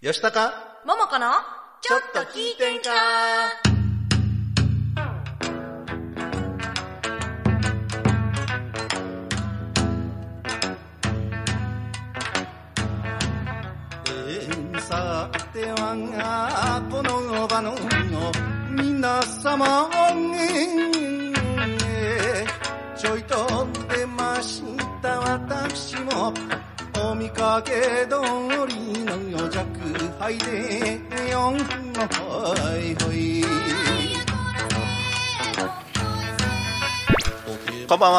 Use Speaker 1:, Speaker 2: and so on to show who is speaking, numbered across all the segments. Speaker 1: よしたか
Speaker 2: ももこのちょっと聞いてんか
Speaker 1: えーさてはこの場の皆様えーちょいと出ました私もお見かけ通りの弱敗で四ほいほいこんばんは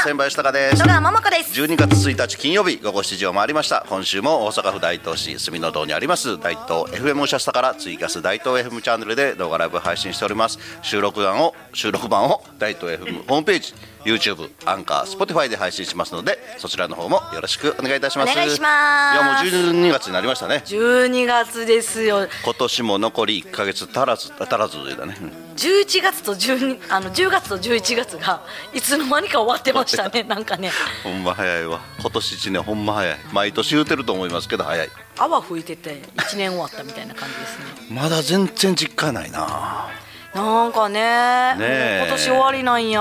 Speaker 2: は
Speaker 1: 千葉吉高です
Speaker 2: 野川ももこです
Speaker 1: 12月1日金曜日午後7時を回りました今週も大阪府大東市住の堂にあります大東 FM おしゃスタからツイキャス大東 FM チャンネルで動画ライブ配信しております収録版を収録版を大東 FM ホームページ YouTube アンカー Spotify で配信しますのでそちらの方もよろしくお願いいたします
Speaker 2: お願いします
Speaker 1: いやもう12月になりましたね
Speaker 2: 12月ですよ
Speaker 1: 今年も残り1ヶ月足らず足らずだね
Speaker 2: 11月と12あの10月と11月がいつの間にか終わってましたね なんかね
Speaker 1: ほんま早いわ今年1年ほんま早い毎年言うてると思いますけど早い
Speaker 2: 泡吹いてて1年終わったみたいな感じですね
Speaker 1: まだ全然実感ないな
Speaker 2: なんかね
Speaker 1: ねえ
Speaker 2: もう今年終わりなんや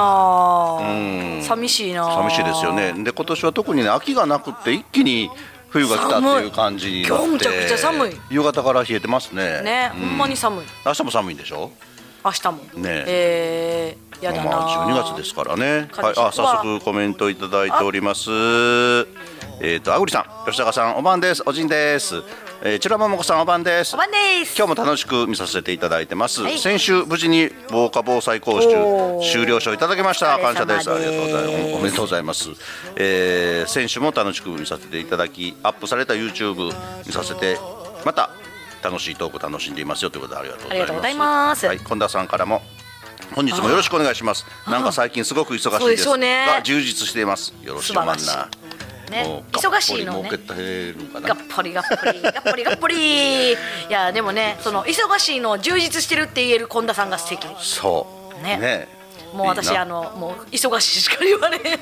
Speaker 2: 寂しいな
Speaker 1: 寂しいですよねで今年は特にね秋がなくって一気に冬が来たっていう感じに
Speaker 2: 寒い
Speaker 1: なって
Speaker 2: 今日むちゃくちゃ寒い
Speaker 1: 夕方から冷えてますね
Speaker 2: ね、
Speaker 1: うん
Speaker 2: ほんまに寒い
Speaker 1: 明日も寒いんでしょ
Speaker 2: 明日も
Speaker 1: ね
Speaker 2: えー、やだな、
Speaker 1: まあ12月ですからね
Speaker 2: 彼
Speaker 1: はい
Speaker 2: 氏
Speaker 1: あ
Speaker 2: は
Speaker 1: 早速コメントいただいておりますえっ、とあぐりさん吉高さんおばんですおじんですえー、ちらももこさんおばんです
Speaker 2: おばんです
Speaker 1: 今日も楽しく見させていただいてます、
Speaker 2: はい
Speaker 1: 先週無事に防火防災講習
Speaker 2: おー
Speaker 1: 終了書いただきました
Speaker 2: お疲
Speaker 1: 感
Speaker 2: れ様
Speaker 1: 謝ですありがとうございます
Speaker 2: です
Speaker 1: おめでとうございます、えー、先週も楽しく見させていただきアップされた YouTube 見させてまた楽しいトーク楽しんでいますよということでありがとうございま
Speaker 2: あ
Speaker 1: す
Speaker 2: りがとうございます
Speaker 1: はい、近田さんからも本日もよろしくお願いしますなんか最近すごく忙しいです
Speaker 2: そうでしょうね
Speaker 1: が充実していますよろしくマンナ
Speaker 2: 素晴ら
Speaker 1: ー
Speaker 2: ね
Speaker 1: も、う
Speaker 2: 忙しいのね
Speaker 1: ガッポリ儲けたへるんか
Speaker 2: が
Speaker 1: な
Speaker 2: っぽりがっぽりがっぽりがっぽりいやでもねその忙しいのを充実してるって言える本田さんが素敵
Speaker 1: そう
Speaker 2: ねもう
Speaker 1: い
Speaker 2: 私
Speaker 1: いな
Speaker 2: あのもう忙しいしか言われへん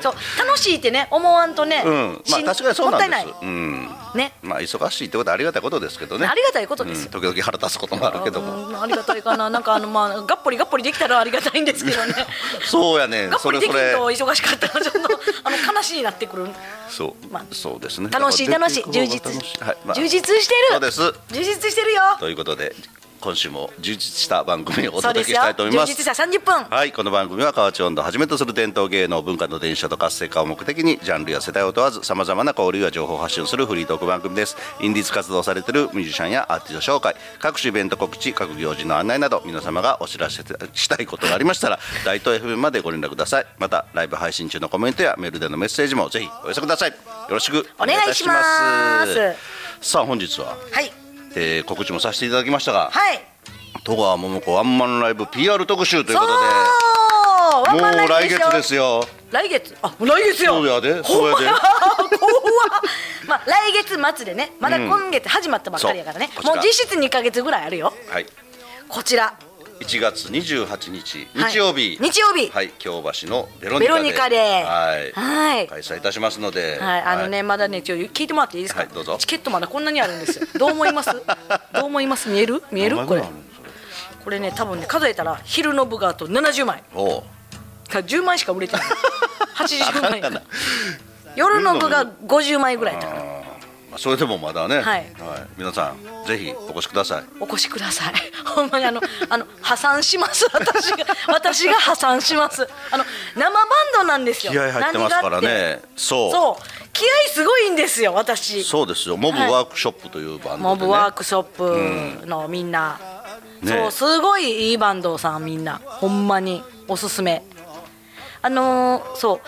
Speaker 2: そう楽しいってね思わんとね、
Speaker 1: うんまあ
Speaker 2: し
Speaker 1: 確かにそうなんで
Speaker 2: もった
Speaker 1: す
Speaker 2: いない
Speaker 1: うん
Speaker 2: ね
Speaker 1: まあ忙しいってことはありがたいことですけどね
Speaker 2: ありがたいことです
Speaker 1: うん
Speaker 2: よ、
Speaker 1: 時々腹立つこともあるけども
Speaker 2: うんありがたいかななんかあのまあがっぽりがっぽりできたらありがたいんですけどね
Speaker 1: そうやね
Speaker 2: がっ
Speaker 1: そ
Speaker 2: ぽり
Speaker 1: れ
Speaker 2: でき
Speaker 1: そ
Speaker 2: る
Speaker 1: れ
Speaker 2: と忙しかったらちょっとあの悲しいなってくる
Speaker 1: そう
Speaker 2: まあ
Speaker 1: そうですね
Speaker 2: 楽しい
Speaker 1: だから
Speaker 2: 楽しい
Speaker 1: 出て
Speaker 2: 充
Speaker 1: く方
Speaker 2: 実
Speaker 1: が楽しいはいまあ
Speaker 2: 充実して
Speaker 1: そう
Speaker 2: る
Speaker 1: です
Speaker 2: 充実してるよ
Speaker 1: ということで今週も充実した番組をお
Speaker 2: そうで
Speaker 1: 届
Speaker 2: す
Speaker 1: け
Speaker 2: よ
Speaker 1: したいと思い
Speaker 2: 充
Speaker 1: ま
Speaker 2: 実
Speaker 1: す
Speaker 2: した30分
Speaker 1: はい、この番組は河内音頭をはじめとする伝統芸能文化の伝承と活性化を目的にジャンルや世代を問わずさまざまな交流や情報を発信するフリートーク番組ですインディーズ活動をされているミュージシャンやアーティスト紹介各種イベント告知各行事の案内など皆様がお知らせしたいことがありましたら大東 FM までご連絡くださいまたライブ配信中のコメントやメールでのメッセージもぜひお寄せくださいよろしくお願いいたします
Speaker 2: お願いし
Speaker 1: さあ本日は、
Speaker 2: はい
Speaker 1: えー告知もさせていただきましたが
Speaker 2: はい
Speaker 1: 戸川桃子ワンマンライブ PR 特集ということで
Speaker 2: そうワ
Speaker 1: も
Speaker 2: ン
Speaker 1: う
Speaker 2: マンライ
Speaker 1: 来
Speaker 2: ブ
Speaker 1: 月ですよ。
Speaker 2: 来月あもう来月よ
Speaker 1: そうやで、そうやで。
Speaker 2: 怖っまあ来月末でねまだ今月始まったばっかりやからね、
Speaker 1: そうこち
Speaker 2: も
Speaker 1: ら
Speaker 2: う実質2か月ぐらいあるよ
Speaker 1: はい。
Speaker 2: こちら
Speaker 1: 1月28日
Speaker 2: はい
Speaker 1: 日曜日、
Speaker 2: 日曜日
Speaker 1: はい、京橋のベロニカで
Speaker 2: ベロニカで
Speaker 1: はい、
Speaker 2: はい
Speaker 1: 開催いたしますので、
Speaker 2: はい、あのね、まだね、ちょ、聞いてもらっていいですか、
Speaker 1: はいどうぞ
Speaker 2: チケットまだこんなにあるんですよ。どう思います。どう思います、見える、見え
Speaker 1: はい、
Speaker 2: る、これ
Speaker 1: 何枚。ぐ
Speaker 2: これね、多分ね、数えたら、昼の部があと70枚。
Speaker 1: らいあるのそれお
Speaker 2: か
Speaker 1: う
Speaker 2: 10枚しか売れて ない。80枚
Speaker 1: あかんかな。
Speaker 2: 夜の部が50枚ぐらいだから。
Speaker 1: あーまあそれでもまだね、
Speaker 2: はい
Speaker 1: 皆さんぜひお越しください。
Speaker 2: お越しください。 ほんまにあの、あの、破産します。私が、私が破産します。あの、生バンドなんですよ。
Speaker 1: 気合入ってますか
Speaker 2: 何
Speaker 1: ら
Speaker 2: がって。
Speaker 1: ね。そう。そう
Speaker 2: そう、気合すごいんですよ、私。
Speaker 1: ですよ。モブワークショップというバンドで、ね
Speaker 2: モブワークショップのみんな、
Speaker 1: ね
Speaker 2: そうすごいいいバンドさんみんなほんまにおすすめあのーそう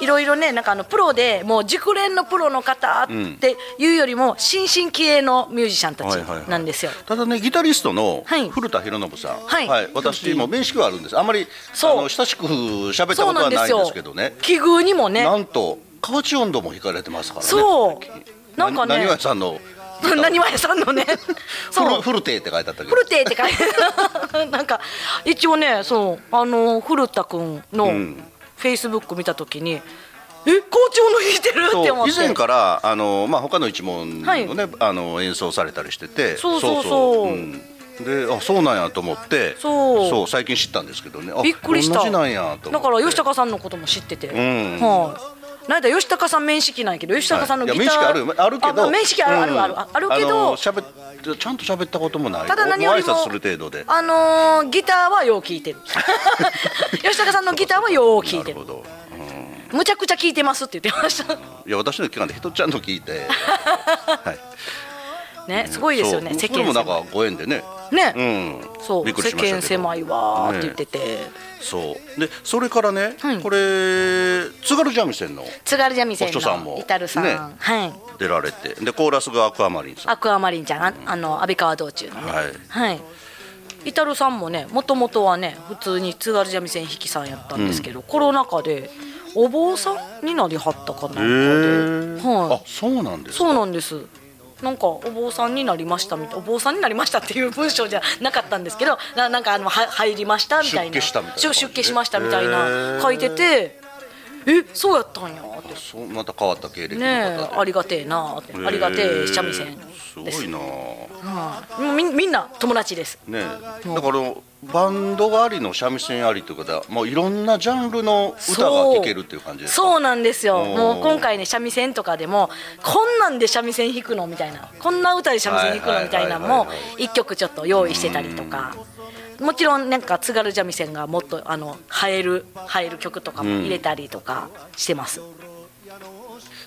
Speaker 2: いろいろねなんかあのプロでもう熟練のプロの方っていうよりも新進気鋭のミュージシャンたちなんですよ、
Speaker 1: ただねギタリストの
Speaker 2: はい
Speaker 1: 古田博信さん、
Speaker 2: はい
Speaker 1: 私も面識はあるんですあんまりあ
Speaker 2: そう
Speaker 1: の親しく喋った
Speaker 2: そ
Speaker 1: こ
Speaker 2: う
Speaker 1: と
Speaker 2: な
Speaker 1: は
Speaker 2: んで
Speaker 1: ない
Speaker 2: す
Speaker 1: んで
Speaker 2: よ
Speaker 1: すけどね
Speaker 2: 奇遇にもね
Speaker 1: なんと河内音頭も弾かれてますからね
Speaker 2: そうなんか
Speaker 1: なに
Speaker 2: ね
Speaker 1: わさんの
Speaker 2: 何わやさんの ね
Speaker 1: 古
Speaker 2: そう
Speaker 1: 古亭って書いてあったけど
Speaker 2: 古亭って書いて なんか一応ねそうあの古田君の
Speaker 1: ん
Speaker 2: フェイスブック見た時にえ校長の弾いてるって思
Speaker 1: そ
Speaker 2: っ
Speaker 1: う
Speaker 2: て
Speaker 1: 以前からあの、まあ、他の一門の
Speaker 2: はい
Speaker 1: ね、あの演奏されたりしてて
Speaker 2: そうそうそう
Speaker 1: うんであそうなんやと思って
Speaker 2: そう
Speaker 1: 最近知ったんですけどねあ
Speaker 2: びっくりした
Speaker 1: 同じなんやと思って
Speaker 2: だから吉高さんのことも知ってて、
Speaker 1: ん
Speaker 2: はいなんだ吉高さん面識ないけど吉高さんのギター、
Speaker 1: はいいや面識あるあるけ
Speaker 2: ま
Speaker 1: ど
Speaker 2: あ面識あるあるある、
Speaker 1: うん
Speaker 2: ああるけ
Speaker 1: あ
Speaker 2: ど
Speaker 1: の喋っちゃんと喋ったこともない
Speaker 2: ただ何よりも
Speaker 1: お挨拶する程度で
Speaker 2: あのーギターはよう聞いて る吉高さんのギターはよう聞いて
Speaker 1: な
Speaker 2: る
Speaker 1: るほど
Speaker 2: むちゃくちゃ聞いてますって言ってました
Speaker 1: いや私の期間でひとちゃんと聞 いてはい
Speaker 2: ねすごいですよね
Speaker 1: そう
Speaker 2: 世
Speaker 1: これ
Speaker 2: 間
Speaker 1: もなん
Speaker 2: 狭
Speaker 1: かご縁でね
Speaker 2: いね、
Speaker 1: うん
Speaker 2: そう
Speaker 1: びっく
Speaker 2: 世
Speaker 1: りしましたけど
Speaker 2: 間狭いわーって言ってて、
Speaker 1: そうでそれからね、
Speaker 2: はい
Speaker 1: これ津軽三味線の
Speaker 2: 津軽三味線
Speaker 1: お師匠さんも
Speaker 2: のイタルさん
Speaker 1: ね
Speaker 2: はい
Speaker 1: 出られてでコーラスがアクアマリンさん
Speaker 2: アクアマリンちゃんああの安倍川道中のね
Speaker 1: はい
Speaker 2: はいイタルさんもねもともとはね普通に津軽三味線弾きさんやったんですけど、コロナ禍でお坊さんになりはったかなんかで、はい
Speaker 1: あそうなんですか
Speaker 2: そうなんですなんかお坊さんになりましたみたいお坊さんになりましたっていう文章じゃなかったんですけどななんかあのは入りましたみたいな
Speaker 1: 出家したみたいな
Speaker 2: そう出家しましたみたい
Speaker 1: へ
Speaker 2: な
Speaker 1: ー
Speaker 2: 書いててえそうやったんやって
Speaker 1: そうまた変わった経歴の方
Speaker 2: ねえ
Speaker 1: で
Speaker 2: ありがてえなってありがてえ三味線
Speaker 1: す
Speaker 2: です
Speaker 1: ごいな
Speaker 2: はいもうみんみんな友達です
Speaker 1: ねえだからバンドがありの三味線ありということはもういろんなジャンルの歌が聴けるっていう感じですか
Speaker 2: そうなんですよ
Speaker 1: おー
Speaker 2: もう今回ね三味線とかでもこんなんで三味線弾くのみたいなこんな歌で三味線弾く
Speaker 1: は
Speaker 2: の
Speaker 1: い
Speaker 2: みたいなの
Speaker 1: はい
Speaker 2: も
Speaker 1: はい
Speaker 2: 一曲ちょっと用意してたりとかもちろんなんか津軽三味線がもっとあの映える映える曲とかも入れたりとかしてます、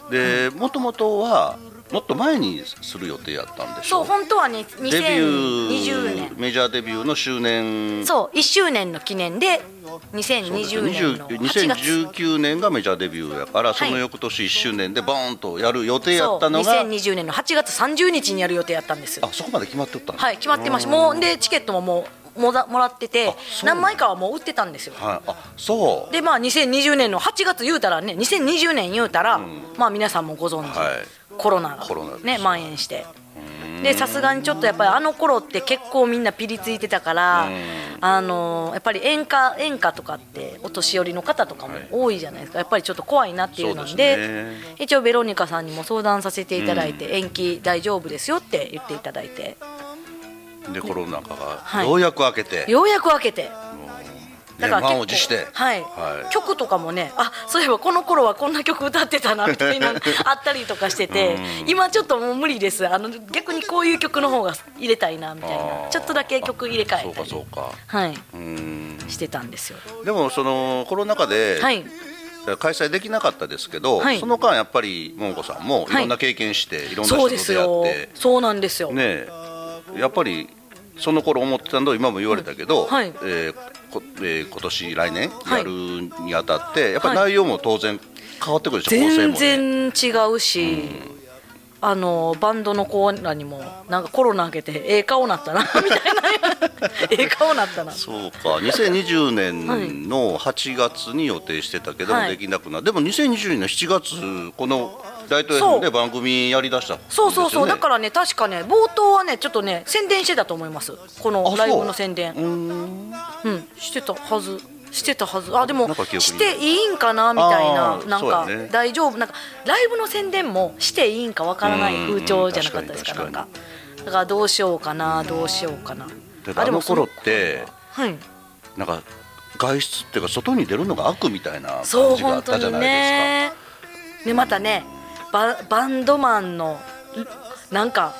Speaker 1: でもともとはもっと前にする予定やったんでし
Speaker 2: そ
Speaker 1: ょ
Speaker 2: う本当はね
Speaker 1: デビュ
Speaker 2: 2020
Speaker 1: ー
Speaker 2: 年
Speaker 1: メジャーデビューの周年
Speaker 2: そう1周年の記念で2020年の8月
Speaker 1: 2019年がメジャーデビューやから、
Speaker 2: はい
Speaker 1: その翌年1周年でボーンとやる予定や
Speaker 2: そう
Speaker 1: ったのが
Speaker 2: 2020年の8月30日にやる予定やったんです
Speaker 1: あそこまで決まっておったんだ
Speaker 2: はい、決まってました。もうでチケットももうもらもらってて
Speaker 1: そうなん
Speaker 2: 何
Speaker 1: だ
Speaker 2: 枚かはもう売ってたんですよ。
Speaker 1: はい、あそう
Speaker 2: でまあ2020年の8月言うたらね2020年言うたら、まあ皆さんもご存知、
Speaker 1: はい
Speaker 2: コロナが
Speaker 1: コロナです
Speaker 2: ね蔓延してでさすがにちょっとやっぱりあの頃って結構みんなピリついてたからあのーやっぱり演歌演歌とかってお年寄りの方とかも多いじゃないですかやっぱりちょっと怖いなっていうので
Speaker 1: そうですね
Speaker 2: 一応ベロニカさんにも相談させていただいて、延期大丈夫ですよって言っていただいて。
Speaker 1: でコロナ禍が
Speaker 2: はい
Speaker 1: ようやく明けて、
Speaker 2: ようやく開けて
Speaker 1: ね満を持して
Speaker 2: はい
Speaker 1: はい
Speaker 2: 曲とかもねあそういえばこの頃はこんな曲歌ってたなみたいな あったりとかしてて今ちょっともう無理ですあの逆にこういう曲の方が入れたいなみたい
Speaker 1: あー
Speaker 2: なちょっとだけ曲入れ替
Speaker 1: そう
Speaker 2: えた
Speaker 1: か
Speaker 2: り
Speaker 1: そうか
Speaker 2: はいう
Speaker 1: ーん
Speaker 2: してたんですよ。
Speaker 1: でもそのコロナ禍で
Speaker 2: はい
Speaker 1: 開催できなかったですけど、
Speaker 2: はい
Speaker 1: その間やっぱりもんこさんもい
Speaker 2: はい
Speaker 1: ろんな経験して、い、ろんな
Speaker 2: そうで
Speaker 1: 人と出
Speaker 2: すよ
Speaker 1: 会って
Speaker 2: そうなんですよ、
Speaker 1: ねえやっぱりその頃思ってたの今も言われたけ
Speaker 2: う
Speaker 1: ど、
Speaker 2: んはい
Speaker 1: えーこえー今年来年
Speaker 2: はい
Speaker 1: やるにあたって、やっぱり
Speaker 2: は
Speaker 1: 内容も当然変わってくるでしょ、構成も
Speaker 2: 全
Speaker 1: ね
Speaker 2: 然違うし、あのバンドのコーナーにもなんかコロナ開けてええ顔なったなみた いなええ顔なったな
Speaker 1: そうか2020年の8月に予定してたけども
Speaker 2: はい
Speaker 1: できなくな、でも2020年の7月この大統領の、
Speaker 2: そ
Speaker 1: ね、
Speaker 2: う
Speaker 1: 番組やりだしたんです
Speaker 2: そう
Speaker 1: よね
Speaker 2: そうそう、だからね確かね冒頭はねちょっとね宣伝してたと思いますこ
Speaker 1: あそ
Speaker 2: の
Speaker 1: う
Speaker 2: ライブの宣伝
Speaker 1: うーん
Speaker 2: うんしてたはずしてたはずあでも
Speaker 1: なんか記憶に
Speaker 2: していいんかなみたい
Speaker 1: あ
Speaker 2: な
Speaker 1: ー
Speaker 2: なん
Speaker 1: そうや
Speaker 2: か、
Speaker 1: ね
Speaker 2: 大丈夫なんかライブの宣伝もしていいんかわからない風潮じゃなかったですか
Speaker 1: うんうん
Speaker 2: なんかだからどうしようかなどうしようかな
Speaker 1: だってあの頃って
Speaker 2: はい
Speaker 1: なんか外出っていうか外に出るのが悪みたいな
Speaker 2: そう
Speaker 1: 感じがあ
Speaker 2: 本
Speaker 1: っ
Speaker 2: 当
Speaker 1: たじゃ
Speaker 2: に
Speaker 1: ないですか。
Speaker 2: ねねまたねババンドマンのなんか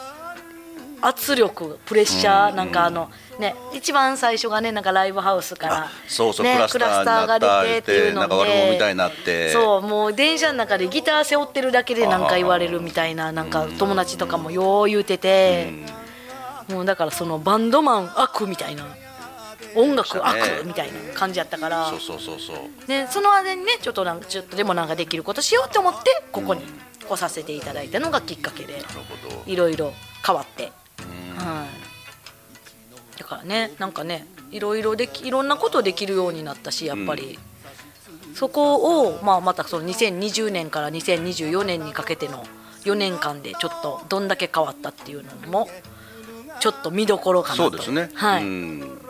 Speaker 2: 圧力プレッシャー、なんかあのね一番最初がねなんかライブハウスから
Speaker 1: あそうそう、
Speaker 2: ね
Speaker 1: クラスターになった
Speaker 2: クラスターが出てっていう
Speaker 1: な
Speaker 2: の
Speaker 1: んか悪者みたい
Speaker 2: で
Speaker 1: になって
Speaker 2: そうもう電車の中でギター背負ってるだけでなんか言われるみたいななんか友達とかもよう言うてて、もうだからそのバンドマン悪みたいな音楽悪みたいな感じやったから。
Speaker 1: そうそうそうそう
Speaker 2: ね、その間にねちょっとなんかちょっとでもなんかできることしようと思ってここに来させていただいたのがきっかけで
Speaker 1: なるほど
Speaker 2: いろいろ変わって、はい、だからねなんかねいろいろできいろんなことできるようになったしやっぱり、そこを、まあ、またその2020年から2024年にかけての4年間でちょっとどんだけ変わったっていうのもちょっと見どころかなと
Speaker 1: そうですね、
Speaker 2: はい
Speaker 1: うん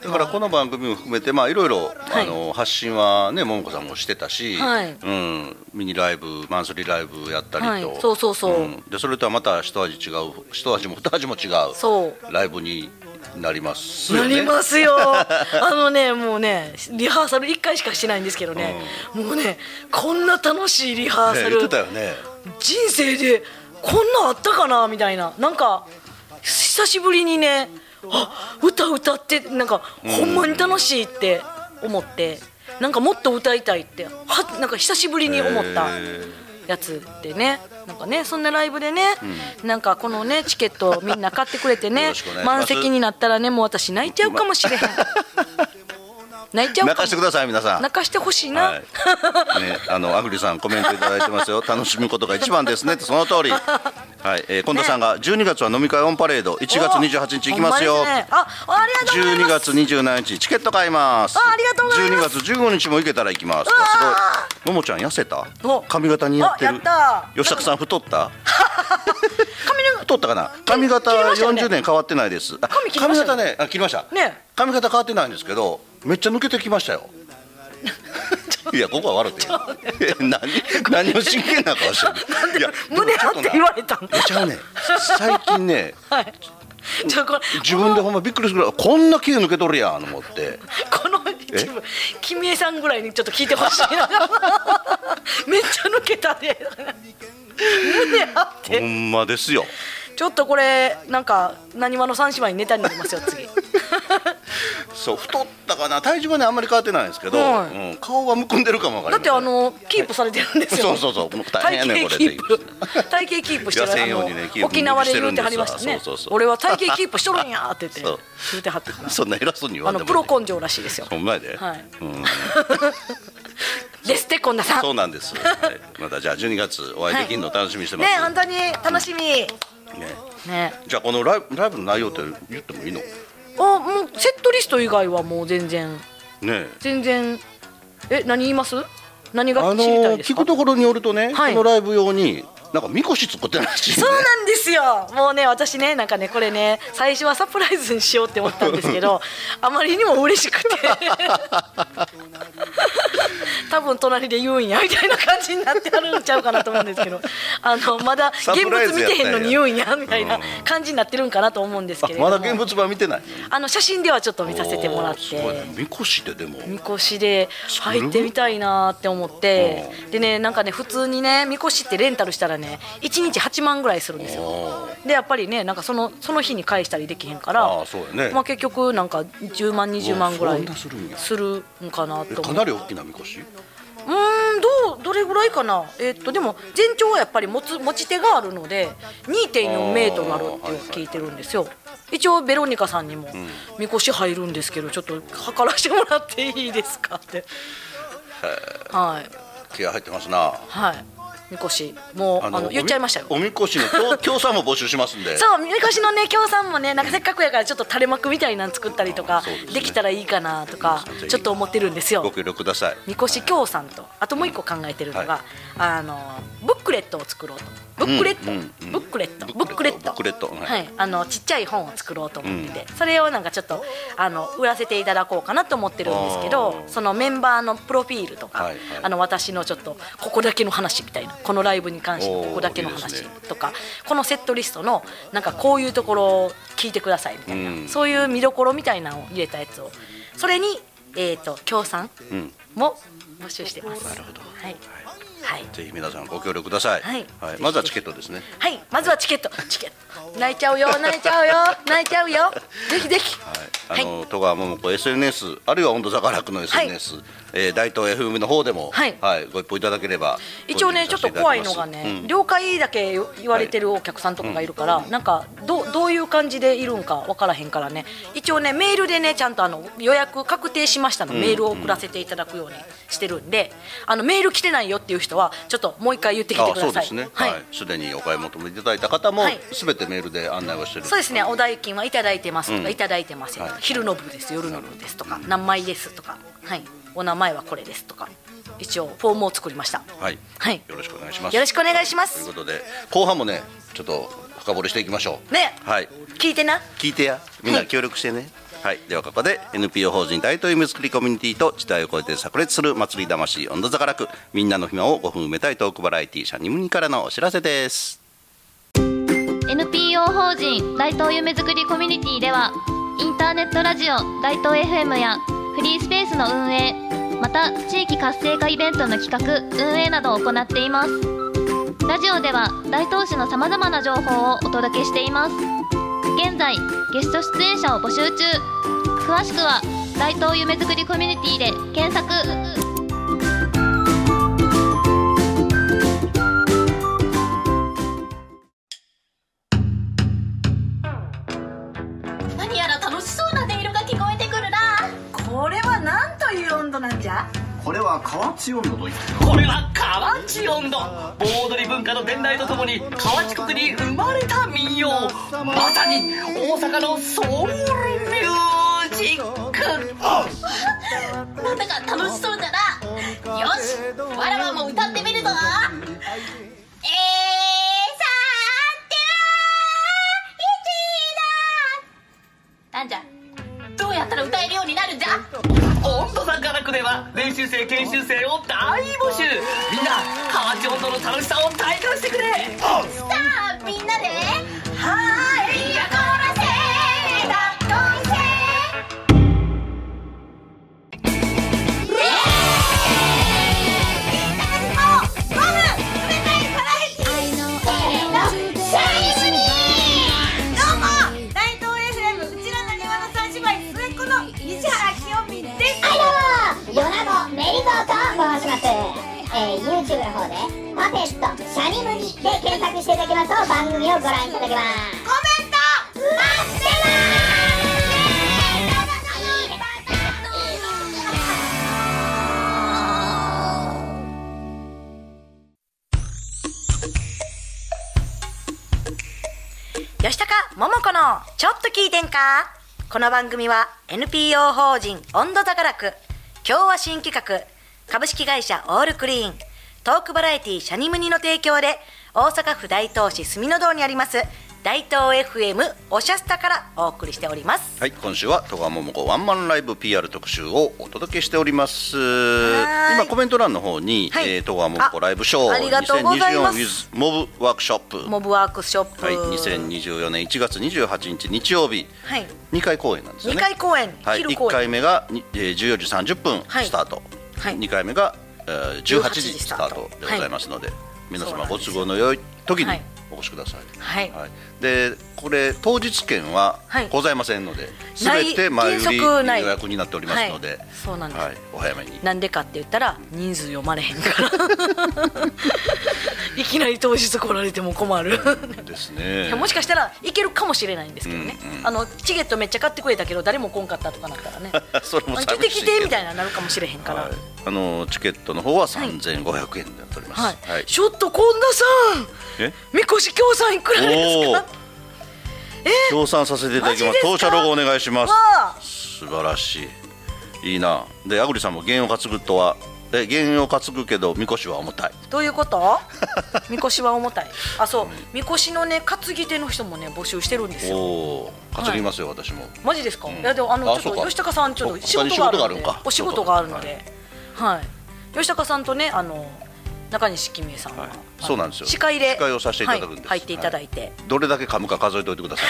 Speaker 1: だからこの番組も含めてまあいろいろ
Speaker 2: は
Speaker 1: あ
Speaker 2: い
Speaker 1: の発信はねももこさんもしてたし、
Speaker 2: はい
Speaker 1: うんミニライブマンスリーライブやったりと、
Speaker 2: はいそうそうそうん
Speaker 1: でそれとはまた一味違う一味も二味も違う
Speaker 2: そう
Speaker 1: ライブになりますよ
Speaker 2: な
Speaker 1: ね。
Speaker 2: りますよ あのねもうねリハーサル1回しかしてないんですけどね、もうねこんな楽しいリハー
Speaker 1: ね
Speaker 2: サ
Speaker 1: 言っ
Speaker 2: ル、
Speaker 1: てたよね。
Speaker 2: 人生でこんなあったかなみたいななんか久しぶりにねあ歌歌ってなんかほんまに楽しいって思ってなんかもっと歌いたいってはなんか久しぶりに思った
Speaker 1: へー
Speaker 2: やつでねなんかねそんなライブでね、なんかこのねチケットみんな買ってくれて
Speaker 1: よ
Speaker 2: ね
Speaker 1: ろしくお願いしま
Speaker 2: 満
Speaker 1: す
Speaker 2: 席になったらねもう私泣いちゃうかもしれへん泣いちゃうかも
Speaker 1: 泣かしてください皆さん。
Speaker 2: 泣かしてほしいな、
Speaker 1: はい、ね、あのアグリさんコメントいただい てますよ。楽しむことが一番ですねってその通り。はい、えー、近藤さんが12月は飲み会オンパレード、1月28日行きます
Speaker 2: ほ
Speaker 1: よ
Speaker 2: ん。まですねあありがとうござい
Speaker 1: 12
Speaker 2: ます
Speaker 1: 月27日チケット買います。
Speaker 2: あありがとうございます
Speaker 1: 12月15日も行けたら行きます。
Speaker 2: わー
Speaker 1: あすごい。ももちゃん痩せた
Speaker 2: お？
Speaker 1: 髪型似合って
Speaker 2: あや
Speaker 1: る
Speaker 2: っ。た
Speaker 1: 吉高さん太った？
Speaker 2: 髪の
Speaker 1: 太ったかな？髪型
Speaker 2: 切りましたよね
Speaker 1: 40年変わってないです。あ
Speaker 2: 髪切りましたよ
Speaker 1: 髪型ね、あ切りました。
Speaker 2: ね
Speaker 1: 髪型変わってないんですけど、めっちゃ抜けてきまし たよ。いやここは笑ってよ何何を真剣な顔してるいや
Speaker 2: 胸張って言われたん
Speaker 1: いやちゃうね最近ね
Speaker 2: はい。じゃあこれ
Speaker 1: 自分でほんまびっくりするぐらいこんな毛抜けとるやんと 思って
Speaker 2: この一部君江さんぐらいにちょっと聞いてほしいな。 めっちゃ抜けたで。胸張っ
Speaker 1: ほ
Speaker 2: て。
Speaker 1: んまですよ
Speaker 2: ちょっとこれなんか何話の三姉妹にネタになりますよ次。
Speaker 1: そう太ったかな体重はねあんまり変わってないんですけど、
Speaker 2: はい
Speaker 1: うん、顔はむくんでるかもわかり
Speaker 2: だ
Speaker 1: ま
Speaker 2: っ
Speaker 1: せん
Speaker 2: てあのキープされてるんですよ、ね。
Speaker 1: そうそうそうもう大
Speaker 2: 体
Speaker 1: 変やね
Speaker 2: 型キー
Speaker 1: これって
Speaker 2: プ。体型キープして
Speaker 1: 痩せん
Speaker 2: る。
Speaker 1: ようにねキープ
Speaker 2: 沖縄で言うてはりましたね。
Speaker 1: そうそうそう
Speaker 2: 俺は体型キープしとるんやーって言って
Speaker 1: そう
Speaker 2: 言うてはってから。
Speaker 1: そんな偉そうに言わ
Speaker 2: あ
Speaker 1: んで
Speaker 2: の
Speaker 1: も
Speaker 2: プロ根性らしいですよ。
Speaker 1: ほんまやで、
Speaker 2: はい
Speaker 1: うん、
Speaker 2: ですってこんなさん。
Speaker 1: そうな んです、はい、またじゃあ12月お会いできるの楽しみにしてま
Speaker 2: ね
Speaker 1: す、
Speaker 2: 本当に楽しみ、
Speaker 1: ね
Speaker 2: ね
Speaker 1: じゃあこのライブライブの内容って言ってもいいのね
Speaker 2: あもうセットリスト以外はもう全然
Speaker 1: え
Speaker 2: 全然え何言います何
Speaker 1: あ
Speaker 2: が
Speaker 1: の
Speaker 2: 知りたい
Speaker 1: ー
Speaker 2: です
Speaker 1: 聞
Speaker 2: か、
Speaker 1: くところによるとね、
Speaker 2: はい
Speaker 1: このライブ用になんかみこし作ってないらしいね
Speaker 2: そうなんですよもうね私ねなんかねこれね最初はサプライズにしようって思ったんですけ どあまりにも嬉しくて多分隣で言うんやみたいな感じになってあるんちゃうかなと思うんですけどあのまだ
Speaker 1: サ
Speaker 2: 現
Speaker 1: プライ
Speaker 2: 物
Speaker 1: ズ
Speaker 2: 見
Speaker 1: やったんや
Speaker 2: てへんのに言うんやみたいな感じになってるんかなと思うんですけれども
Speaker 1: あまだ現物版見てない
Speaker 2: あの写真ではちょっと見させてもらっ
Speaker 1: おーすごいね
Speaker 2: て。
Speaker 1: みこしってでも
Speaker 2: みこしで入ってみたいなって思ってでねなんかね普通にねみこしってレンタルしたらね1日8万ぐらいするんですよ
Speaker 1: あ
Speaker 2: でやっぱりねなんかそのその日に返したりできへんか
Speaker 1: あ
Speaker 2: ら
Speaker 1: ーそうやね
Speaker 2: まあ結局なんか10万20万ぐら
Speaker 1: うわそん
Speaker 2: い
Speaker 1: なするんや
Speaker 2: するんかな
Speaker 1: ーえ
Speaker 2: と
Speaker 1: か
Speaker 2: 思
Speaker 1: な
Speaker 2: う
Speaker 1: り大きなみこし
Speaker 2: うーんどうどれぐらいかなえっとでも全長はやっぱり持つ持ち手があるので2.4メートルあるっていう聞いてるんですよ一応ベロニカさんにも「みこし入るんですけどちょっと測らせてもらっていいですか?」ってはい
Speaker 1: 気合入ってますな
Speaker 2: はいみこしもうあの言っちゃいましたよ
Speaker 1: おみおみこしの協協賛も募集しますんで
Speaker 2: そうみこしのね協賛もねなんかせっかくやからちょっと垂れ幕みたいなの作ったりと
Speaker 1: あ
Speaker 2: か
Speaker 1: そうですね
Speaker 2: できたらいいかなとか
Speaker 1: そうですね
Speaker 2: ちょっと思ってるんですよ
Speaker 1: ご協力ください
Speaker 2: みこし協賛とあともう一個考えてるのが、
Speaker 1: は
Speaker 2: あのブックレットを作ろうとブックレット、
Speaker 1: うんうんうん
Speaker 2: ブックレット
Speaker 1: ブ
Speaker 2: ブッ
Speaker 1: ッ
Speaker 2: ク
Speaker 1: ク
Speaker 2: レ
Speaker 1: レ
Speaker 2: ッ
Speaker 1: ッ
Speaker 2: ト
Speaker 1: トブックレット
Speaker 2: は、
Speaker 1: はい
Speaker 2: あのちっちゃい本を作ろうと思ってて、それをなんかちょっとあの売らせていただこうかなと思ってるんですけど
Speaker 1: あー
Speaker 2: そのメンバーのプロフィールとか、
Speaker 1: はいはい
Speaker 2: あの私のちょっとここだけの話みたいなこのライブに関しての
Speaker 1: おー
Speaker 2: ここだけの話
Speaker 1: いいですね
Speaker 2: とかこのセットリストのなんかこういうところを聞いてくださいみたいな、
Speaker 1: うん
Speaker 2: そういう見どころみたいなのを入れたやつをそれに、えー、と協賛
Speaker 1: うん
Speaker 2: も募集してます。
Speaker 1: なるほど
Speaker 2: はい、はい、
Speaker 1: ぜひ皆さんご協力ください
Speaker 2: はい
Speaker 1: まずはチケットですね
Speaker 2: はい、まずはチケット、チケット。泣いちゃうよ、泣いちゃうよ、泣いちゃうよ。ぜひぜひ。
Speaker 1: あ
Speaker 2: はい
Speaker 1: の戸川桃子 SNS あるいは温度坂楽の SNS、えー大東 FM の方でも、
Speaker 2: はい
Speaker 1: ご一報いただければ
Speaker 2: 一応ね、ちょっと怖いのがね、了解だけ言われてるお客さんとかがいるから、なんかどうどういう感じでいるんかわからへんからね、一応ね、メールでね、ちゃんとあの予約確定しましたの、メールを送らせていただくようにしてるんで、あのメール来てないよっていう人は、ちょっともう一回言ってきて
Speaker 1: あ
Speaker 2: く
Speaker 1: そ
Speaker 2: だ
Speaker 1: う
Speaker 2: さ
Speaker 1: で
Speaker 2: い。
Speaker 1: すね
Speaker 2: はい
Speaker 1: はいすで、にお買い求めいただいた方も
Speaker 2: はい
Speaker 1: すべ、てメールで案内をしてる
Speaker 2: そうですね、お代金はいただいてますとか、
Speaker 1: うん
Speaker 2: いただいてませんとか、
Speaker 1: はい
Speaker 2: 昼の部です、夜の部ですとか、何枚ですとか、はい、お名前はこれですとか、一応、フォームを作りました。
Speaker 1: はい、
Speaker 2: はい、
Speaker 1: よろしくお願いします
Speaker 2: よろしくお願いしま
Speaker 1: という
Speaker 2: す
Speaker 1: こ。とで後半もねちょっと深掘りしていきましょう
Speaker 2: ね
Speaker 1: はい
Speaker 2: 聞いてな、
Speaker 1: 聞いてやみんな協力してね、はい、ではここで NPO 法人大東夢作りコミュニティと時代を超えて炸裂する祭り魂温度差が楽みんなの暇を5分埋めたいトークバラエティシャニムニからのお知らせです
Speaker 3: NPO 法人大東夢づくりコミュニティではインターネットラジオ大東 FM やフリースペースの運営また地域活性化イベントの企画運営などを行っていますラジオでは大東市のさまざまな情報をお届けしています現在ゲスト出演者を募集中詳しくは大東夢づくりコミュニティで検索
Speaker 4: 何やら楽しそうな音色が聞こえてくるな
Speaker 2: これは何という温度なんじゃ
Speaker 5: これは河内温度といって
Speaker 6: これは河内音頭盆踊り文化の伝来とともに河内国に生まれた民謡まさに大阪のソウルミュージック
Speaker 4: なんだか楽しそうだなよしわらわも歌ってみるぞえーさーてーいちーだなんじゃどうやったら歌えるようになるんじゃ
Speaker 6: 音頭さんからくでは練習生研修生を大募集みんな河内音頭の楽しさを体感してくれ
Speaker 4: さあみんなではーいやこらせーだどいせー
Speaker 7: ヨナのメリゾーと申します、えー、YouTube の方で「パペットシャニムニ」で検索していただきますと番組をご覧いただけますコメント待って
Speaker 2: 吉高桃子のちょっと聞いてんかこの番組は NPO 法人温度高楽今日は新企画株式会社オールクリーントークバラエティシャニムニの提供で大阪府大東市住の堂にあります大東 FM おしゃスタからお送りしております
Speaker 1: はい今週は戸川桃子ワンマンライブ PR 特集をお届けしております
Speaker 2: ーい
Speaker 1: 今コメント欄の方に、
Speaker 2: はい
Speaker 1: えー戸川桃子
Speaker 2: あ
Speaker 1: ライブショー
Speaker 2: ありがとうございます
Speaker 1: with モブワークショップ
Speaker 2: モブワークショップ、
Speaker 1: はい、2024年1月28日日曜日、
Speaker 2: はい
Speaker 1: 2回公演なんですよね
Speaker 2: 2回公演、
Speaker 1: はい、
Speaker 2: 昼公
Speaker 1: 1
Speaker 2: 演
Speaker 1: 回目がに、えー、14時30分
Speaker 2: はい
Speaker 1: スタート、
Speaker 2: はい
Speaker 1: 2回目が、えー、18
Speaker 2: 18
Speaker 1: 時
Speaker 2: 時
Speaker 1: ス
Speaker 2: ス
Speaker 1: タ
Speaker 2: タ
Speaker 1: ー
Speaker 2: ー
Speaker 1: ト
Speaker 2: ト
Speaker 1: でございますので、皆
Speaker 2: そう
Speaker 1: 様
Speaker 2: なん
Speaker 1: ご
Speaker 2: です
Speaker 1: 都合の良い時に
Speaker 2: はい
Speaker 1: お越しください。
Speaker 2: はい
Speaker 1: はいでこれ当日券は
Speaker 2: はい
Speaker 1: ございませんので、す
Speaker 2: な
Speaker 1: べ
Speaker 2: い
Speaker 1: て前売り
Speaker 2: 原則ない
Speaker 1: 予約になっておりますので、
Speaker 2: はいそうなんです
Speaker 1: はいお早めに。
Speaker 2: なんでかって言ったら人数読まれへんから いきなり当日来られても困る
Speaker 1: ですね。
Speaker 2: もしかしたらいけるかもしれないんですけどね、あのチケットめっちゃ買ってくれたけど誰も来んかったとかなったらね
Speaker 1: それ も
Speaker 2: あ
Speaker 1: 寂
Speaker 2: 来
Speaker 1: し
Speaker 2: て
Speaker 1: い
Speaker 2: 来てみたい
Speaker 1: な。
Speaker 2: ななるかもしれへんから、
Speaker 1: は
Speaker 2: はい
Speaker 1: い、あのチケットの方は3500円でやっております。はい
Speaker 2: ちょっと近田さ
Speaker 1: え
Speaker 2: んみこし京さんいくらです
Speaker 1: お
Speaker 2: か
Speaker 1: ー協賛させていただき
Speaker 2: マ
Speaker 1: ます。当
Speaker 2: ジです
Speaker 1: 社
Speaker 2: か
Speaker 1: ロゴお願いしま す。
Speaker 2: わあ
Speaker 1: 素晴らしいいいなでアグリさんも弦を担ぐとはえ弦を担ぐけどみこしは重たい
Speaker 2: どういうこと みこしは重たいあそうみこしのね担ぎ手の人もね募集してるんですよ
Speaker 1: おお担ぎますよ、私も
Speaker 2: マジですか、
Speaker 1: ん
Speaker 2: いやでもあの
Speaker 1: あ
Speaker 2: ちょっ
Speaker 1: そう
Speaker 2: と
Speaker 1: か
Speaker 2: 吉高さんちょっと仕
Speaker 1: そう他に
Speaker 2: 事があるの
Speaker 1: 仕事
Speaker 2: で
Speaker 1: があるんか
Speaker 2: お仕事があるの
Speaker 1: そう
Speaker 2: ではい吉高さんとねあの中西紀美恵さんが、
Speaker 1: はい
Speaker 2: あの
Speaker 1: そうなんですよ
Speaker 2: 司会で
Speaker 1: 司会をさせていただくんです
Speaker 2: はい入っていただいて、
Speaker 1: どれだけ噛むか数えておいて くださ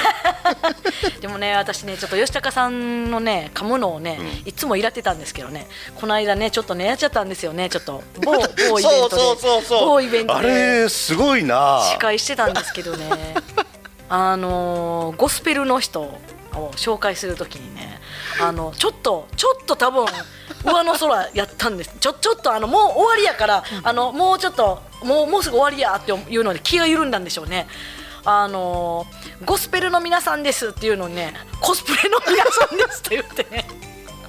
Speaker 2: でもね私ねちょっと吉高さんのね噛むのをね、いつもいらってたんですけどねこの間ねちょっとねやっちゃったんですよねちょっと某某イベントで
Speaker 1: い そうそうそうそう
Speaker 2: 某イベントで
Speaker 1: あれすごいな
Speaker 2: 司会してたんですけどね あのーゴスペルの人を紹介するときにねあのちょっとちょっと多分上の空やったんですちょちょっとあのもう終わりやからあのもうちょっともうもうすぐ終わりやっていうので気が緩んだんでしょうね。あのーゴスペルの皆さんですっていうのにねコスプレの皆さんですって言ってね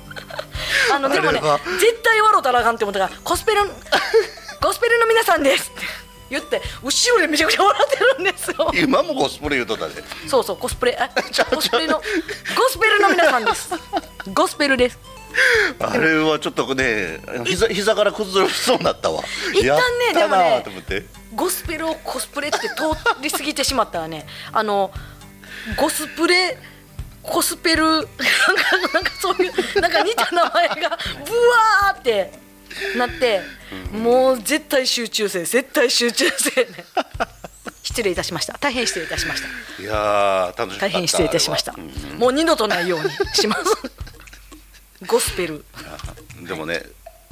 Speaker 2: あのでもね
Speaker 1: あれは
Speaker 2: 絶対笑うたらあかんって思ったからコスペル ゴスペルの皆さんですって言って後ろでめちゃくちゃ笑ってるんですよ
Speaker 1: 今もコスプレ言うとったで
Speaker 2: そうそうコスプレあ
Speaker 1: ちゃう
Speaker 2: コスプレのゴスペルの皆さんですゴスペルです
Speaker 1: あれはちょっとね膝膝から崩れそうになったわ
Speaker 2: 一旦ね
Speaker 1: やったな
Speaker 2: でもね
Speaker 1: と思って
Speaker 2: ゴスペルをコスプレって通り過ぎてしまったらねあのゴスプレコスペルなんかなんかそういうなんか似た名前がブワーってなって、もう絶対集中生絶対集中生ね失礼いたしました大変失礼いたしました
Speaker 1: いやー楽しかった
Speaker 2: 大変失礼いたしました
Speaker 1: あれは
Speaker 2: もう二度とないようにしますゴスペル
Speaker 1: うんでもね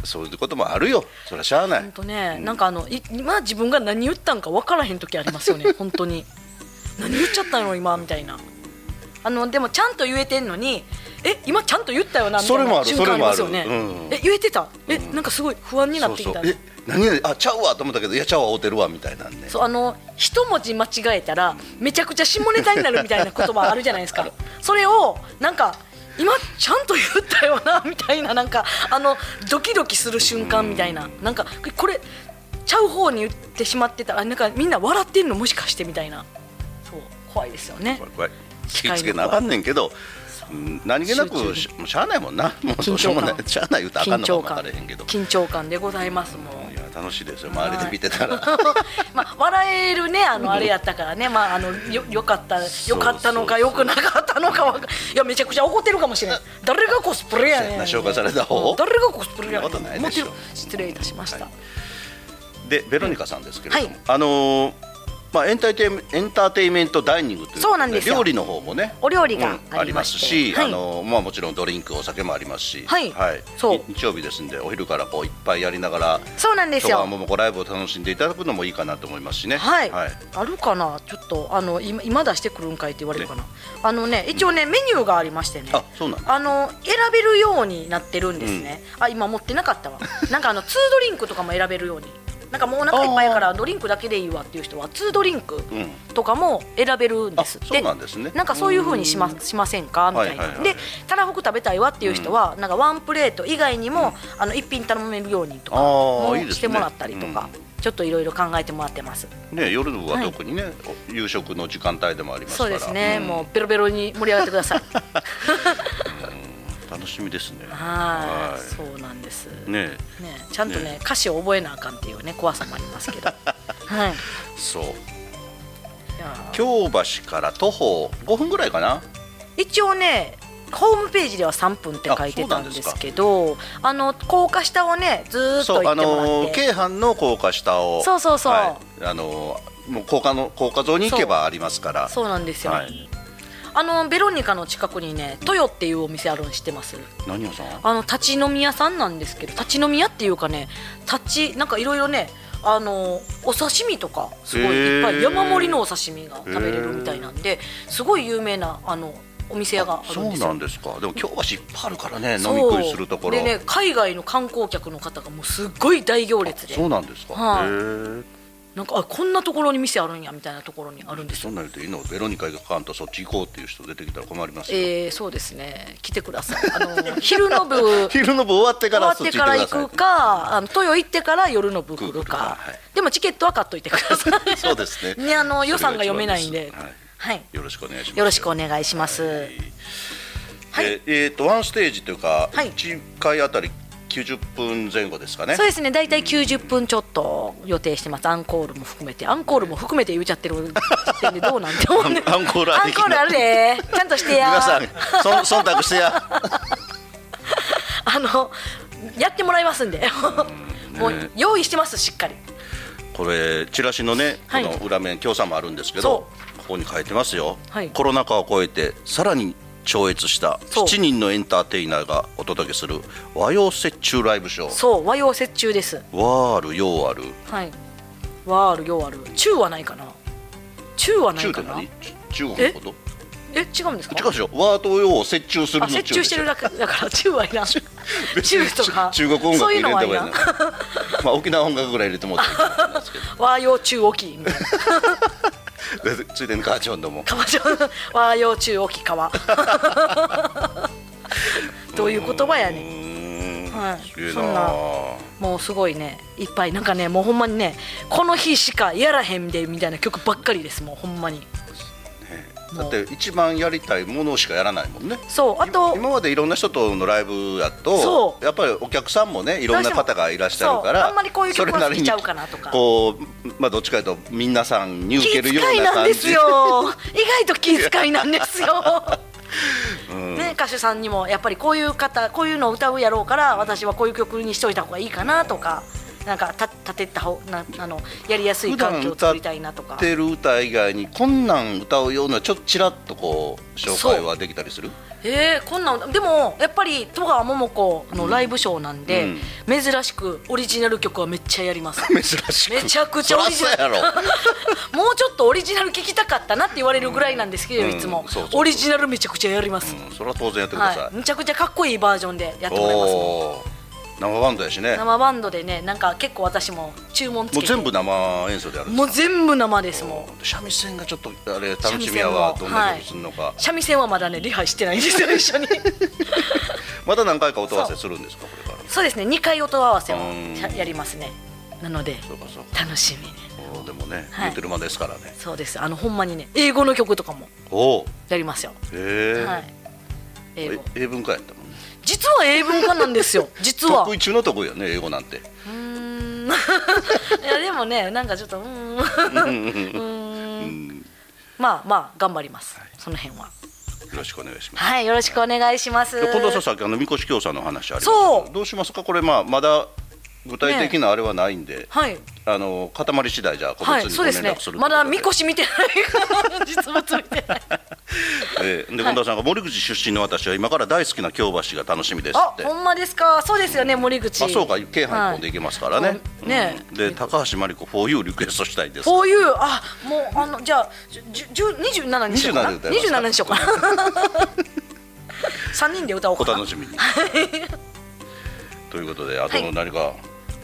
Speaker 1: そういうこともあるよそれはしゃあない
Speaker 2: 本当ね、なんかあのい今自分が何言ったんか分からへん時ありますよ ね本当に何言っちゃったの今みたいなあのでもちゃんと言えてんのにえ今ちゃんと言ったよなみたい
Speaker 1: それもあ
Speaker 2: な
Speaker 1: る
Speaker 2: 瞬間ありますよね、
Speaker 1: それもあるうん
Speaker 2: え言えてたえ、なんかすごい不安にな
Speaker 1: そ
Speaker 2: っ
Speaker 1: う
Speaker 2: てき
Speaker 1: そう
Speaker 2: た
Speaker 1: え何々あちゃうわと思ったけどいやちゃうわ合うてるわみたいなんで
Speaker 2: そうあの一文字間違えたらめちゃくちゃ下ネタになるみたいな言葉あるじゃないですかそれをなんか今ちゃんと言ったよなみたいななんかあのドキドキする瞬間みたいななんかこれちゃう方に言ってしまってたらなんかみんな笑ってんのもしかしてみたいなそう怖いですよね
Speaker 1: これこれ気ぃつけなあかんねんけどうん何気なくししゃあないもんなもうど
Speaker 2: 緊
Speaker 1: うしよう
Speaker 2: 張
Speaker 1: も
Speaker 2: 感
Speaker 1: ないしゃあない言うたらあかん
Speaker 2: 緊
Speaker 1: の
Speaker 2: 張感
Speaker 1: かも分からへんけど
Speaker 2: 緊張感でございますもう
Speaker 1: いや楽しいですよ周りで見てたら、
Speaker 2: まあ、笑えるねあのあれやったからね、まあ、あのよよかったよかったのか
Speaker 1: そう
Speaker 2: よ
Speaker 1: そうそう
Speaker 2: くなかったのかわかいやめちゃくちゃ怒ってるかもしれない誰がコスプレや
Speaker 1: そう
Speaker 2: ね
Speaker 1: や
Speaker 2: ん
Speaker 1: な紹介された方
Speaker 2: 誰がコスプレやね
Speaker 1: そんなことない
Speaker 2: ん
Speaker 1: で
Speaker 2: も
Speaker 1: し
Speaker 2: ち
Speaker 1: ょ
Speaker 2: ろん失礼いたしました、
Speaker 1: はいでベロニカさんですけれども、
Speaker 2: はい
Speaker 1: あのーまあエンターテイメエンターテイメントダイニングということ
Speaker 2: そうなんですよ
Speaker 1: 料理の方もね
Speaker 2: お料理
Speaker 1: う
Speaker 2: が
Speaker 1: んあ
Speaker 2: あ
Speaker 1: り
Speaker 2: り
Speaker 1: ま
Speaker 2: ますして
Speaker 1: し、
Speaker 2: はい
Speaker 1: あのまあもちろんドリンクお酒もありますし、
Speaker 2: はいそう
Speaker 1: 日曜日ですんでお昼からこういっぱいやりながら、
Speaker 2: そうなんです
Speaker 1: 今日は
Speaker 2: よ
Speaker 1: ももこライブを楽しんでいただくのもいいかなと思いますしね。
Speaker 2: はい、あるかなちょっとあの今今出してくるんかいって言われるかな、あのね一応ね、メニューがありましてね
Speaker 1: あそうなんだ
Speaker 2: あの選べるようになってるんですね、あ今持ってなかったわ なんかあのツードリンクとかも選べるようになんかもうお腹いっぱいやからドリンクだけでいいわっていう人はツードリンク
Speaker 1: ん
Speaker 2: とかも選べるんですっ
Speaker 1: あ
Speaker 2: て、
Speaker 1: そうなんですね
Speaker 2: なんかそういう風にしましませんかみたいな、
Speaker 1: はいはいはい
Speaker 2: でたらふく食べたいわっていう人は、なんかワンプレート以外にも、あの一品頼めるようにとか
Speaker 1: あー
Speaker 2: も
Speaker 1: いいですね
Speaker 2: してもらったりとかちょっといろいろ考えてもらってます
Speaker 1: ね夜の部は特にね、お夕食の時間帯でもありますか
Speaker 2: そう
Speaker 1: ら。
Speaker 2: ですね、
Speaker 1: ん
Speaker 2: もうベロベロに盛り上がってくだ さい
Speaker 1: 楽しみです
Speaker 2: は
Speaker 1: ね。
Speaker 2: い
Speaker 1: は
Speaker 2: そうなんです
Speaker 1: い。ね
Speaker 2: ねちゃんとね
Speaker 1: ね
Speaker 2: 歌詞を覚えなあかんっていうね怖さもあります けどはい
Speaker 1: そう
Speaker 2: いや
Speaker 1: 京橋から徒歩5分ぐらいかな。
Speaker 2: 一応ねホームページでは3分って書いてたんですけどあの高架下をねずーっと
Speaker 1: そう
Speaker 2: 行
Speaker 1: あ
Speaker 2: ってもらっ
Speaker 1: のー
Speaker 2: て
Speaker 1: 京阪の高架下を
Speaker 2: そうそうそう
Speaker 1: はい、あのーもう高架の高架沿いに行けばありますから
Speaker 2: そうなんですよ、
Speaker 1: はい、
Speaker 2: あのベロニカの近くにねトヨっていうお店あるの知ってます
Speaker 1: 何屋さん
Speaker 2: あの立ち飲み屋さんなんですけど立ち飲み屋っていうかね立ちなんかいろいろねあのお刺身とかすごいいっぱ
Speaker 1: へ
Speaker 2: い
Speaker 1: ー
Speaker 2: 山盛りのお刺身が食べれるみたいなんですごい有名なあのお店屋があるん
Speaker 1: そう
Speaker 2: です
Speaker 1: な
Speaker 2: よ
Speaker 1: ん。ですかでも京橋いっぱいあるからね飲み食いするところ
Speaker 2: そうでね海外の観光客の方がもうすっごい大行列で
Speaker 1: そうなんですか、
Speaker 2: はい
Speaker 1: へー
Speaker 2: なんかあこんなところに店あるんやみたいなところにあるんです
Speaker 1: そ
Speaker 2: よ
Speaker 1: んなん言うといいのベロニカ行かんとそっち行こうっていう人出てきたら困りますよ、
Speaker 2: えー、そうですね来てくださいあの昼の 部
Speaker 1: 昼の部終わってか
Speaker 2: 終わ
Speaker 1: ら
Speaker 2: っ
Speaker 1: そってち
Speaker 2: か
Speaker 1: 行っ
Speaker 2: ら
Speaker 1: て
Speaker 2: 行
Speaker 1: くだ
Speaker 2: く
Speaker 1: さ
Speaker 2: か、あの豊行ってから夜の部来
Speaker 1: 来
Speaker 2: る
Speaker 1: る
Speaker 2: か、
Speaker 1: かはい
Speaker 2: でもチケットは買っといてください。
Speaker 1: いそうですね
Speaker 2: ねあの予算が読めないんで
Speaker 1: それが一番す
Speaker 2: はい
Speaker 1: はい、よろしくお願いします
Speaker 2: よろしくお願いします。はい
Speaker 1: えーえーとワンステージというか、
Speaker 2: はい
Speaker 1: 1回あたり90分前後ですかね
Speaker 2: そうですね、大体90分ちょっと予定してます、アンコールも含めて、アンコールも含めて言っちゃってる時点でどうなんて思うね
Speaker 1: アンアンコールあ
Speaker 2: ア
Speaker 1: り
Speaker 2: ン
Speaker 1: き
Speaker 2: コールあるで、ちゃんとしてや、
Speaker 1: 皆 さんそん忖度してや
Speaker 2: あのやってもらいますんで、もう用意してます、しっかり。
Speaker 1: これチラシのねこ
Speaker 2: はい
Speaker 1: の裏面協賛もあるんですけ
Speaker 2: そ
Speaker 1: ど、ここに書いてますよ、
Speaker 2: はい
Speaker 1: コロナ禍を超えてさらに超越した
Speaker 2: そう
Speaker 1: 7人のエンターテイナーがお届けする和洋折衷ライブショー
Speaker 2: そう、和洋折衷です。
Speaker 1: 和ある洋ある
Speaker 2: はい。和ある洋ある。中はないかな。中はな
Speaker 1: 中
Speaker 2: い
Speaker 1: っ
Speaker 2: か
Speaker 1: て
Speaker 2: な
Speaker 1: 何。ち中国のこと
Speaker 2: え、違うんですか。
Speaker 1: 違うでしょ和と洋を折衷する
Speaker 2: あ、
Speaker 1: の中
Speaker 2: 折衷してる だけだから中はいらん。中とか。
Speaker 1: 中国音楽
Speaker 2: そうい
Speaker 1: 入
Speaker 2: うのはいら
Speaker 1: れた方がい
Speaker 2: ん
Speaker 1: いな。まあ沖縄音楽ぐらい入 れてもらっていいと思うんですけ
Speaker 2: 和洋中沖みたい な。
Speaker 1: どついでに母ちゃんども
Speaker 2: 川上和洋中沖川。 どういう言葉や
Speaker 1: う
Speaker 2: ねん。
Speaker 1: ーん
Speaker 2: はい
Speaker 1: すげえ
Speaker 2: そ
Speaker 1: なん
Speaker 2: なもうすごいね、いっぱいなんかね、もうほんまにね、この日しかやらへんでみたいな曲ばっかりです。もうほんまに。
Speaker 1: だって一番やりたいものしかやらないもんね
Speaker 2: そう、あと。
Speaker 1: 今までいろんな人とのライブやと
Speaker 2: そ
Speaker 1: やっぱりお客さんもねいろんな方がいらっしゃるか
Speaker 2: どうしてもそ
Speaker 1: ら
Speaker 2: うあんまりこういう曲は
Speaker 1: それなり
Speaker 2: 好
Speaker 1: に
Speaker 2: きちゃうかなとか
Speaker 1: こうまあどっちかというと皆さんに受
Speaker 2: 気
Speaker 1: けるよう
Speaker 2: 遣い
Speaker 1: な
Speaker 2: なん
Speaker 1: 感
Speaker 2: です
Speaker 1: じ
Speaker 2: よ意外と気遣いなんですよね、歌手さんにもやっぱりこういう方こういうのを歌うやろうから私はこういう曲にしといた方がいいかなとかなんかた立てた方なあのやりやすい
Speaker 1: 普段
Speaker 2: 環境を
Speaker 1: 歌
Speaker 2: 作
Speaker 1: っ
Speaker 2: りたいなとか
Speaker 1: てる歌以外にこんなん歌うようなちょっとちらっとこう紹介はできたりする
Speaker 2: えー、こんなんでもやっぱり戸川桃子のライブショーなんで、珍しくオリジナル曲はめっちゃやり ます
Speaker 1: 珍しく
Speaker 2: めちゃくちゃオリジナ
Speaker 1: そら
Speaker 2: ル
Speaker 1: そう やろ
Speaker 2: もうちょっとオリジナル聴きたかったなって言われるぐらいなんですけど、
Speaker 1: うん
Speaker 2: いつも
Speaker 1: そうそうそう
Speaker 2: オリジナルめちゃくちゃやります、
Speaker 1: うんそれは当然やってくださ
Speaker 2: はいい、むちゃくちゃかっこいいバージョンでやってもらいますもん
Speaker 1: おお生バンドやしね
Speaker 2: 生バンドでねなんか結構私も注文つけ
Speaker 1: もう
Speaker 2: て
Speaker 1: 全部生演奏でやるんで
Speaker 2: も
Speaker 1: す
Speaker 2: う全部生ですも
Speaker 1: か三味線がちょっとあれ楽しみやわどんな曲するのか、
Speaker 2: う三味線はまだねリハしてないんですよ一緒に
Speaker 1: また何回か音合わせするんですかこれから
Speaker 2: そうですね2回音合わせを
Speaker 1: うん
Speaker 2: ややりますねなので
Speaker 1: そうかそうか
Speaker 2: 楽しみね
Speaker 1: おーでもね、
Speaker 2: はい
Speaker 1: 言ってる間ですからね
Speaker 2: そうですあのほんまにね英語の曲とかも
Speaker 1: おお
Speaker 2: やりますよ、
Speaker 1: へえ、
Speaker 2: はい英語
Speaker 1: え英文化やったもんね
Speaker 2: 実は英文化なんです よ実は
Speaker 1: 得意中の得意よね英語なんて
Speaker 2: うーん いやでもねなんかちょっとうーん うーん
Speaker 1: うんよ
Speaker 2: まあまあ頑張ります、その辺は
Speaker 1: ろしくお願いします
Speaker 2: はいよろしくお願いします
Speaker 1: で近藤さんさっきあのみこし教さんの話ありました
Speaker 2: そう
Speaker 1: どうしますかこれまあまだ具体的なあれはないんで、
Speaker 2: はい
Speaker 1: あの固まり次第じゃあ個
Speaker 2: は
Speaker 1: 別
Speaker 2: い、
Speaker 1: に
Speaker 2: そ
Speaker 1: ご
Speaker 2: うです
Speaker 1: 連
Speaker 2: ね
Speaker 1: 絡するということで、
Speaker 2: まだみこし見てない実物見てない
Speaker 1: ええで近藤さんが森口出身の私は今から大好きな京橋が楽しみです
Speaker 2: あ
Speaker 1: って、
Speaker 2: ほんまですかそうですよね森口
Speaker 1: あそうか京阪一本で行けますからね,、
Speaker 2: はいそうね
Speaker 1: うんで高橋真理子 4U リクエストしたいです
Speaker 2: こういうあもうあのじゃあじゅじゅ27にしようかな
Speaker 1: 27で歌いますか
Speaker 2: 27にしようかな 三人で歌おう
Speaker 1: お
Speaker 2: かな
Speaker 1: 楽しみにということであと
Speaker 2: はい
Speaker 1: 何か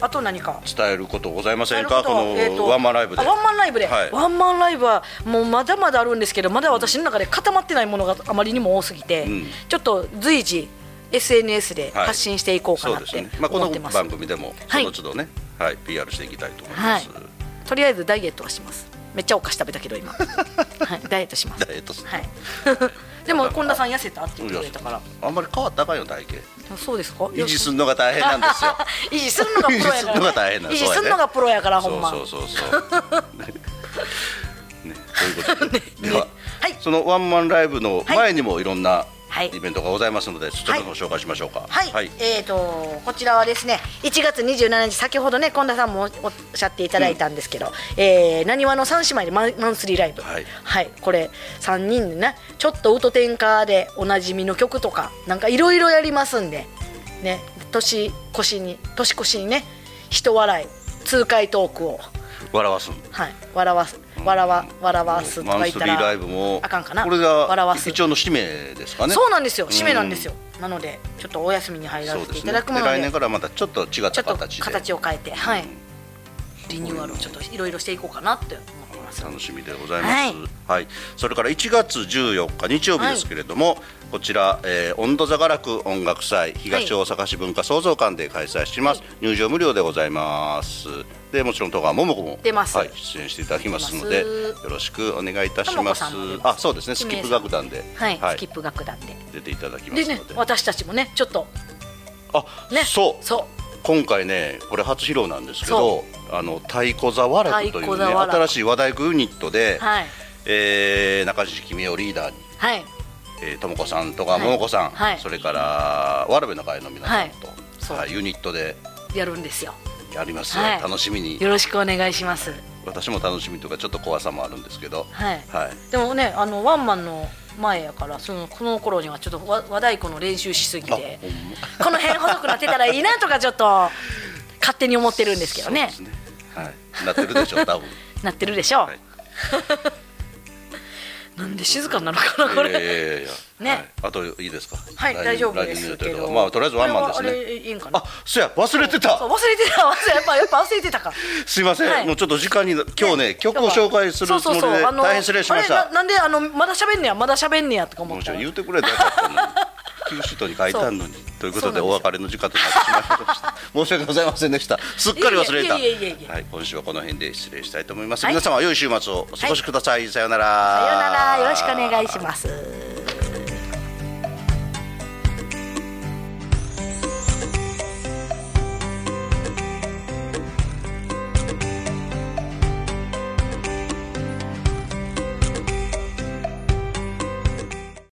Speaker 2: あと何か
Speaker 1: 伝えることございません
Speaker 2: なる
Speaker 1: か、
Speaker 2: ほどえー
Speaker 1: ことのワンマンライブで
Speaker 2: あワンマンライブで、
Speaker 1: はい
Speaker 2: ワンマンライブはもうまだまだあるんですけどまだ私の中で固まってないものがあまりにも多すぎて、
Speaker 1: ん
Speaker 2: ちょっと随時 SNS で発信していこうか
Speaker 1: そ
Speaker 2: な
Speaker 1: う
Speaker 2: っ
Speaker 1: です
Speaker 2: て
Speaker 1: ね、まあ、こ
Speaker 2: 思
Speaker 1: の
Speaker 2: ってます、
Speaker 1: 番組でもそ
Speaker 2: はい
Speaker 1: の都度ね、はい PR していきたいと思います、
Speaker 2: はいとりあえずダイエットはしますめっちゃお菓子食べたけど 今、はい、ダイエットします
Speaker 1: ダイエットする
Speaker 2: はい でも近田さん痩せたって言ってくれたから
Speaker 1: あんまり変わったらあかんよ体型
Speaker 2: そうですか
Speaker 1: 維持するのが大変なん ですよ
Speaker 2: 維持するのがプロやから、ね、
Speaker 1: 維持するのが大変な
Speaker 2: 維
Speaker 1: の
Speaker 2: 持するのがプロやからほんま
Speaker 1: そうそう そうそうねということで、では、
Speaker 2: はい
Speaker 1: そのワンマンライブの前にもいろんな
Speaker 2: はい
Speaker 1: イベントがございますので、そちらの方を紹介しましょうか
Speaker 2: はい、えー、とこちらはですね1月27日先ほどね近田さんもおおっしゃっていただいたんですけどなにわの3姉妹でマンマンスリーライブ
Speaker 1: はい
Speaker 2: これ3人でねちょっとウトテンカーでおなじみの曲とかなんかいろいろやりますんでね年越しに年越しにね人笑い痛快トークを、
Speaker 1: 笑わすん
Speaker 2: はい、笑わす笑わ笑わすとか
Speaker 1: マ
Speaker 2: 言
Speaker 1: ン
Speaker 2: っ
Speaker 1: スリ
Speaker 2: た
Speaker 1: ー
Speaker 2: ら
Speaker 1: ライブも
Speaker 2: あかんかな
Speaker 1: これ
Speaker 2: 笑
Speaker 1: が
Speaker 2: わす
Speaker 1: 一応の使命ですかね
Speaker 2: そうなんですよ締めなんですよ、なのでちょっとお休みに入ら
Speaker 1: そう
Speaker 2: せ
Speaker 1: で
Speaker 2: ていた
Speaker 1: すね
Speaker 2: だくも
Speaker 1: で
Speaker 2: ので
Speaker 1: 来年からまたちょっと違っ
Speaker 2: ちょ
Speaker 1: た
Speaker 2: っと
Speaker 1: 形で
Speaker 2: 形を変えて、はい、リニューアルをちょっといろいろしていこうかなって思ってます。
Speaker 1: 楽しみでございます、はいそれから1月14日日曜日ですけれども、こちら、えー、温度座楽音楽祭東大阪市文化創造館で開催します、入場無料でございますでもちろん戸川桃子も
Speaker 2: 出ます
Speaker 1: はい、出演していただきますので
Speaker 2: 出ます
Speaker 1: よろしくお願いいたし
Speaker 2: 桃
Speaker 1: ま
Speaker 2: 子
Speaker 1: す
Speaker 2: さんも出ま
Speaker 1: あ
Speaker 2: す
Speaker 1: そうですねスキップ楽団で、
Speaker 2: はい、スキップ楽団で。
Speaker 1: 出ていただきま
Speaker 2: ですね
Speaker 1: ので、
Speaker 2: 私たちもね、ちょっと
Speaker 1: あ、
Speaker 2: ね、
Speaker 1: そう
Speaker 2: そ
Speaker 1: 今回ねこれ初披露なんですけど
Speaker 2: そ
Speaker 1: あの太鼓座和楽とい
Speaker 2: 太
Speaker 1: う
Speaker 2: 鼓
Speaker 1: ね
Speaker 2: 座和楽
Speaker 1: 新しい和太鼓ユニットで、
Speaker 2: う、はい、
Speaker 1: えー中地君をリーダーに
Speaker 2: はい、
Speaker 1: えーともこさんとかももこさん、
Speaker 2: はい
Speaker 1: それからわらべの会の皆さんと、
Speaker 2: はいそう
Speaker 1: はいユニットで
Speaker 2: やるんですよ。
Speaker 1: やりますよ、
Speaker 2: はい
Speaker 1: 楽しみに
Speaker 2: よろしくお願いします。
Speaker 1: 私も楽しみというかちょっと怖さもあるんですけど
Speaker 2: はい。
Speaker 1: はい
Speaker 2: でもね、あのワンマンの前やから、そのこの頃にはちょっと和和太鼓の練習しすぎ
Speaker 1: あ
Speaker 2: て、この辺細くなってたらいいなとかちょっと勝手に思ってるんですけどね
Speaker 1: そ。うですはい、なってるで しょう多分
Speaker 2: なってるでしょう。
Speaker 1: はい
Speaker 2: なんで静かになるかなこれ。
Speaker 1: いやいやいやいや
Speaker 2: ね
Speaker 1: はいあといいですか
Speaker 2: はい、
Speaker 1: 来年
Speaker 2: 大丈夫です
Speaker 1: 来年
Speaker 2: け
Speaker 1: の予定と
Speaker 2: ど。
Speaker 1: かまあとりあえずワンマンです
Speaker 2: これはあ
Speaker 1: ね
Speaker 2: れいいんかな
Speaker 1: あ。そうや忘れてた
Speaker 2: そう忘れてた、 忘れやっぱやっぱ忘れてたか。
Speaker 1: すいません、
Speaker 2: はい
Speaker 1: もうちょっと時間に今日ね曲を紹介するつもりで
Speaker 2: そうそうそうあの
Speaker 1: 大変失礼しまし
Speaker 2: あ
Speaker 1: た
Speaker 2: れななんであのまだ喋んねや、まだ喋んねやとか思
Speaker 1: も
Speaker 2: っ
Speaker 1: ち
Speaker 2: た
Speaker 1: ろ
Speaker 2: ら
Speaker 1: ん。言うてくれたらよか ったのに九州都に書いてあるのにということで
Speaker 2: そうなんですよ
Speaker 1: お別れの時間となってしまいました 申し訳ございませんでしたすっかり忘れた
Speaker 2: いえいえいえいえいえ
Speaker 1: はい今週はこの辺で失礼したいと思います、
Speaker 2: はい
Speaker 1: 皆様良い週末をお過ごしください、さようなら
Speaker 2: さようなら、よろしくお願いします。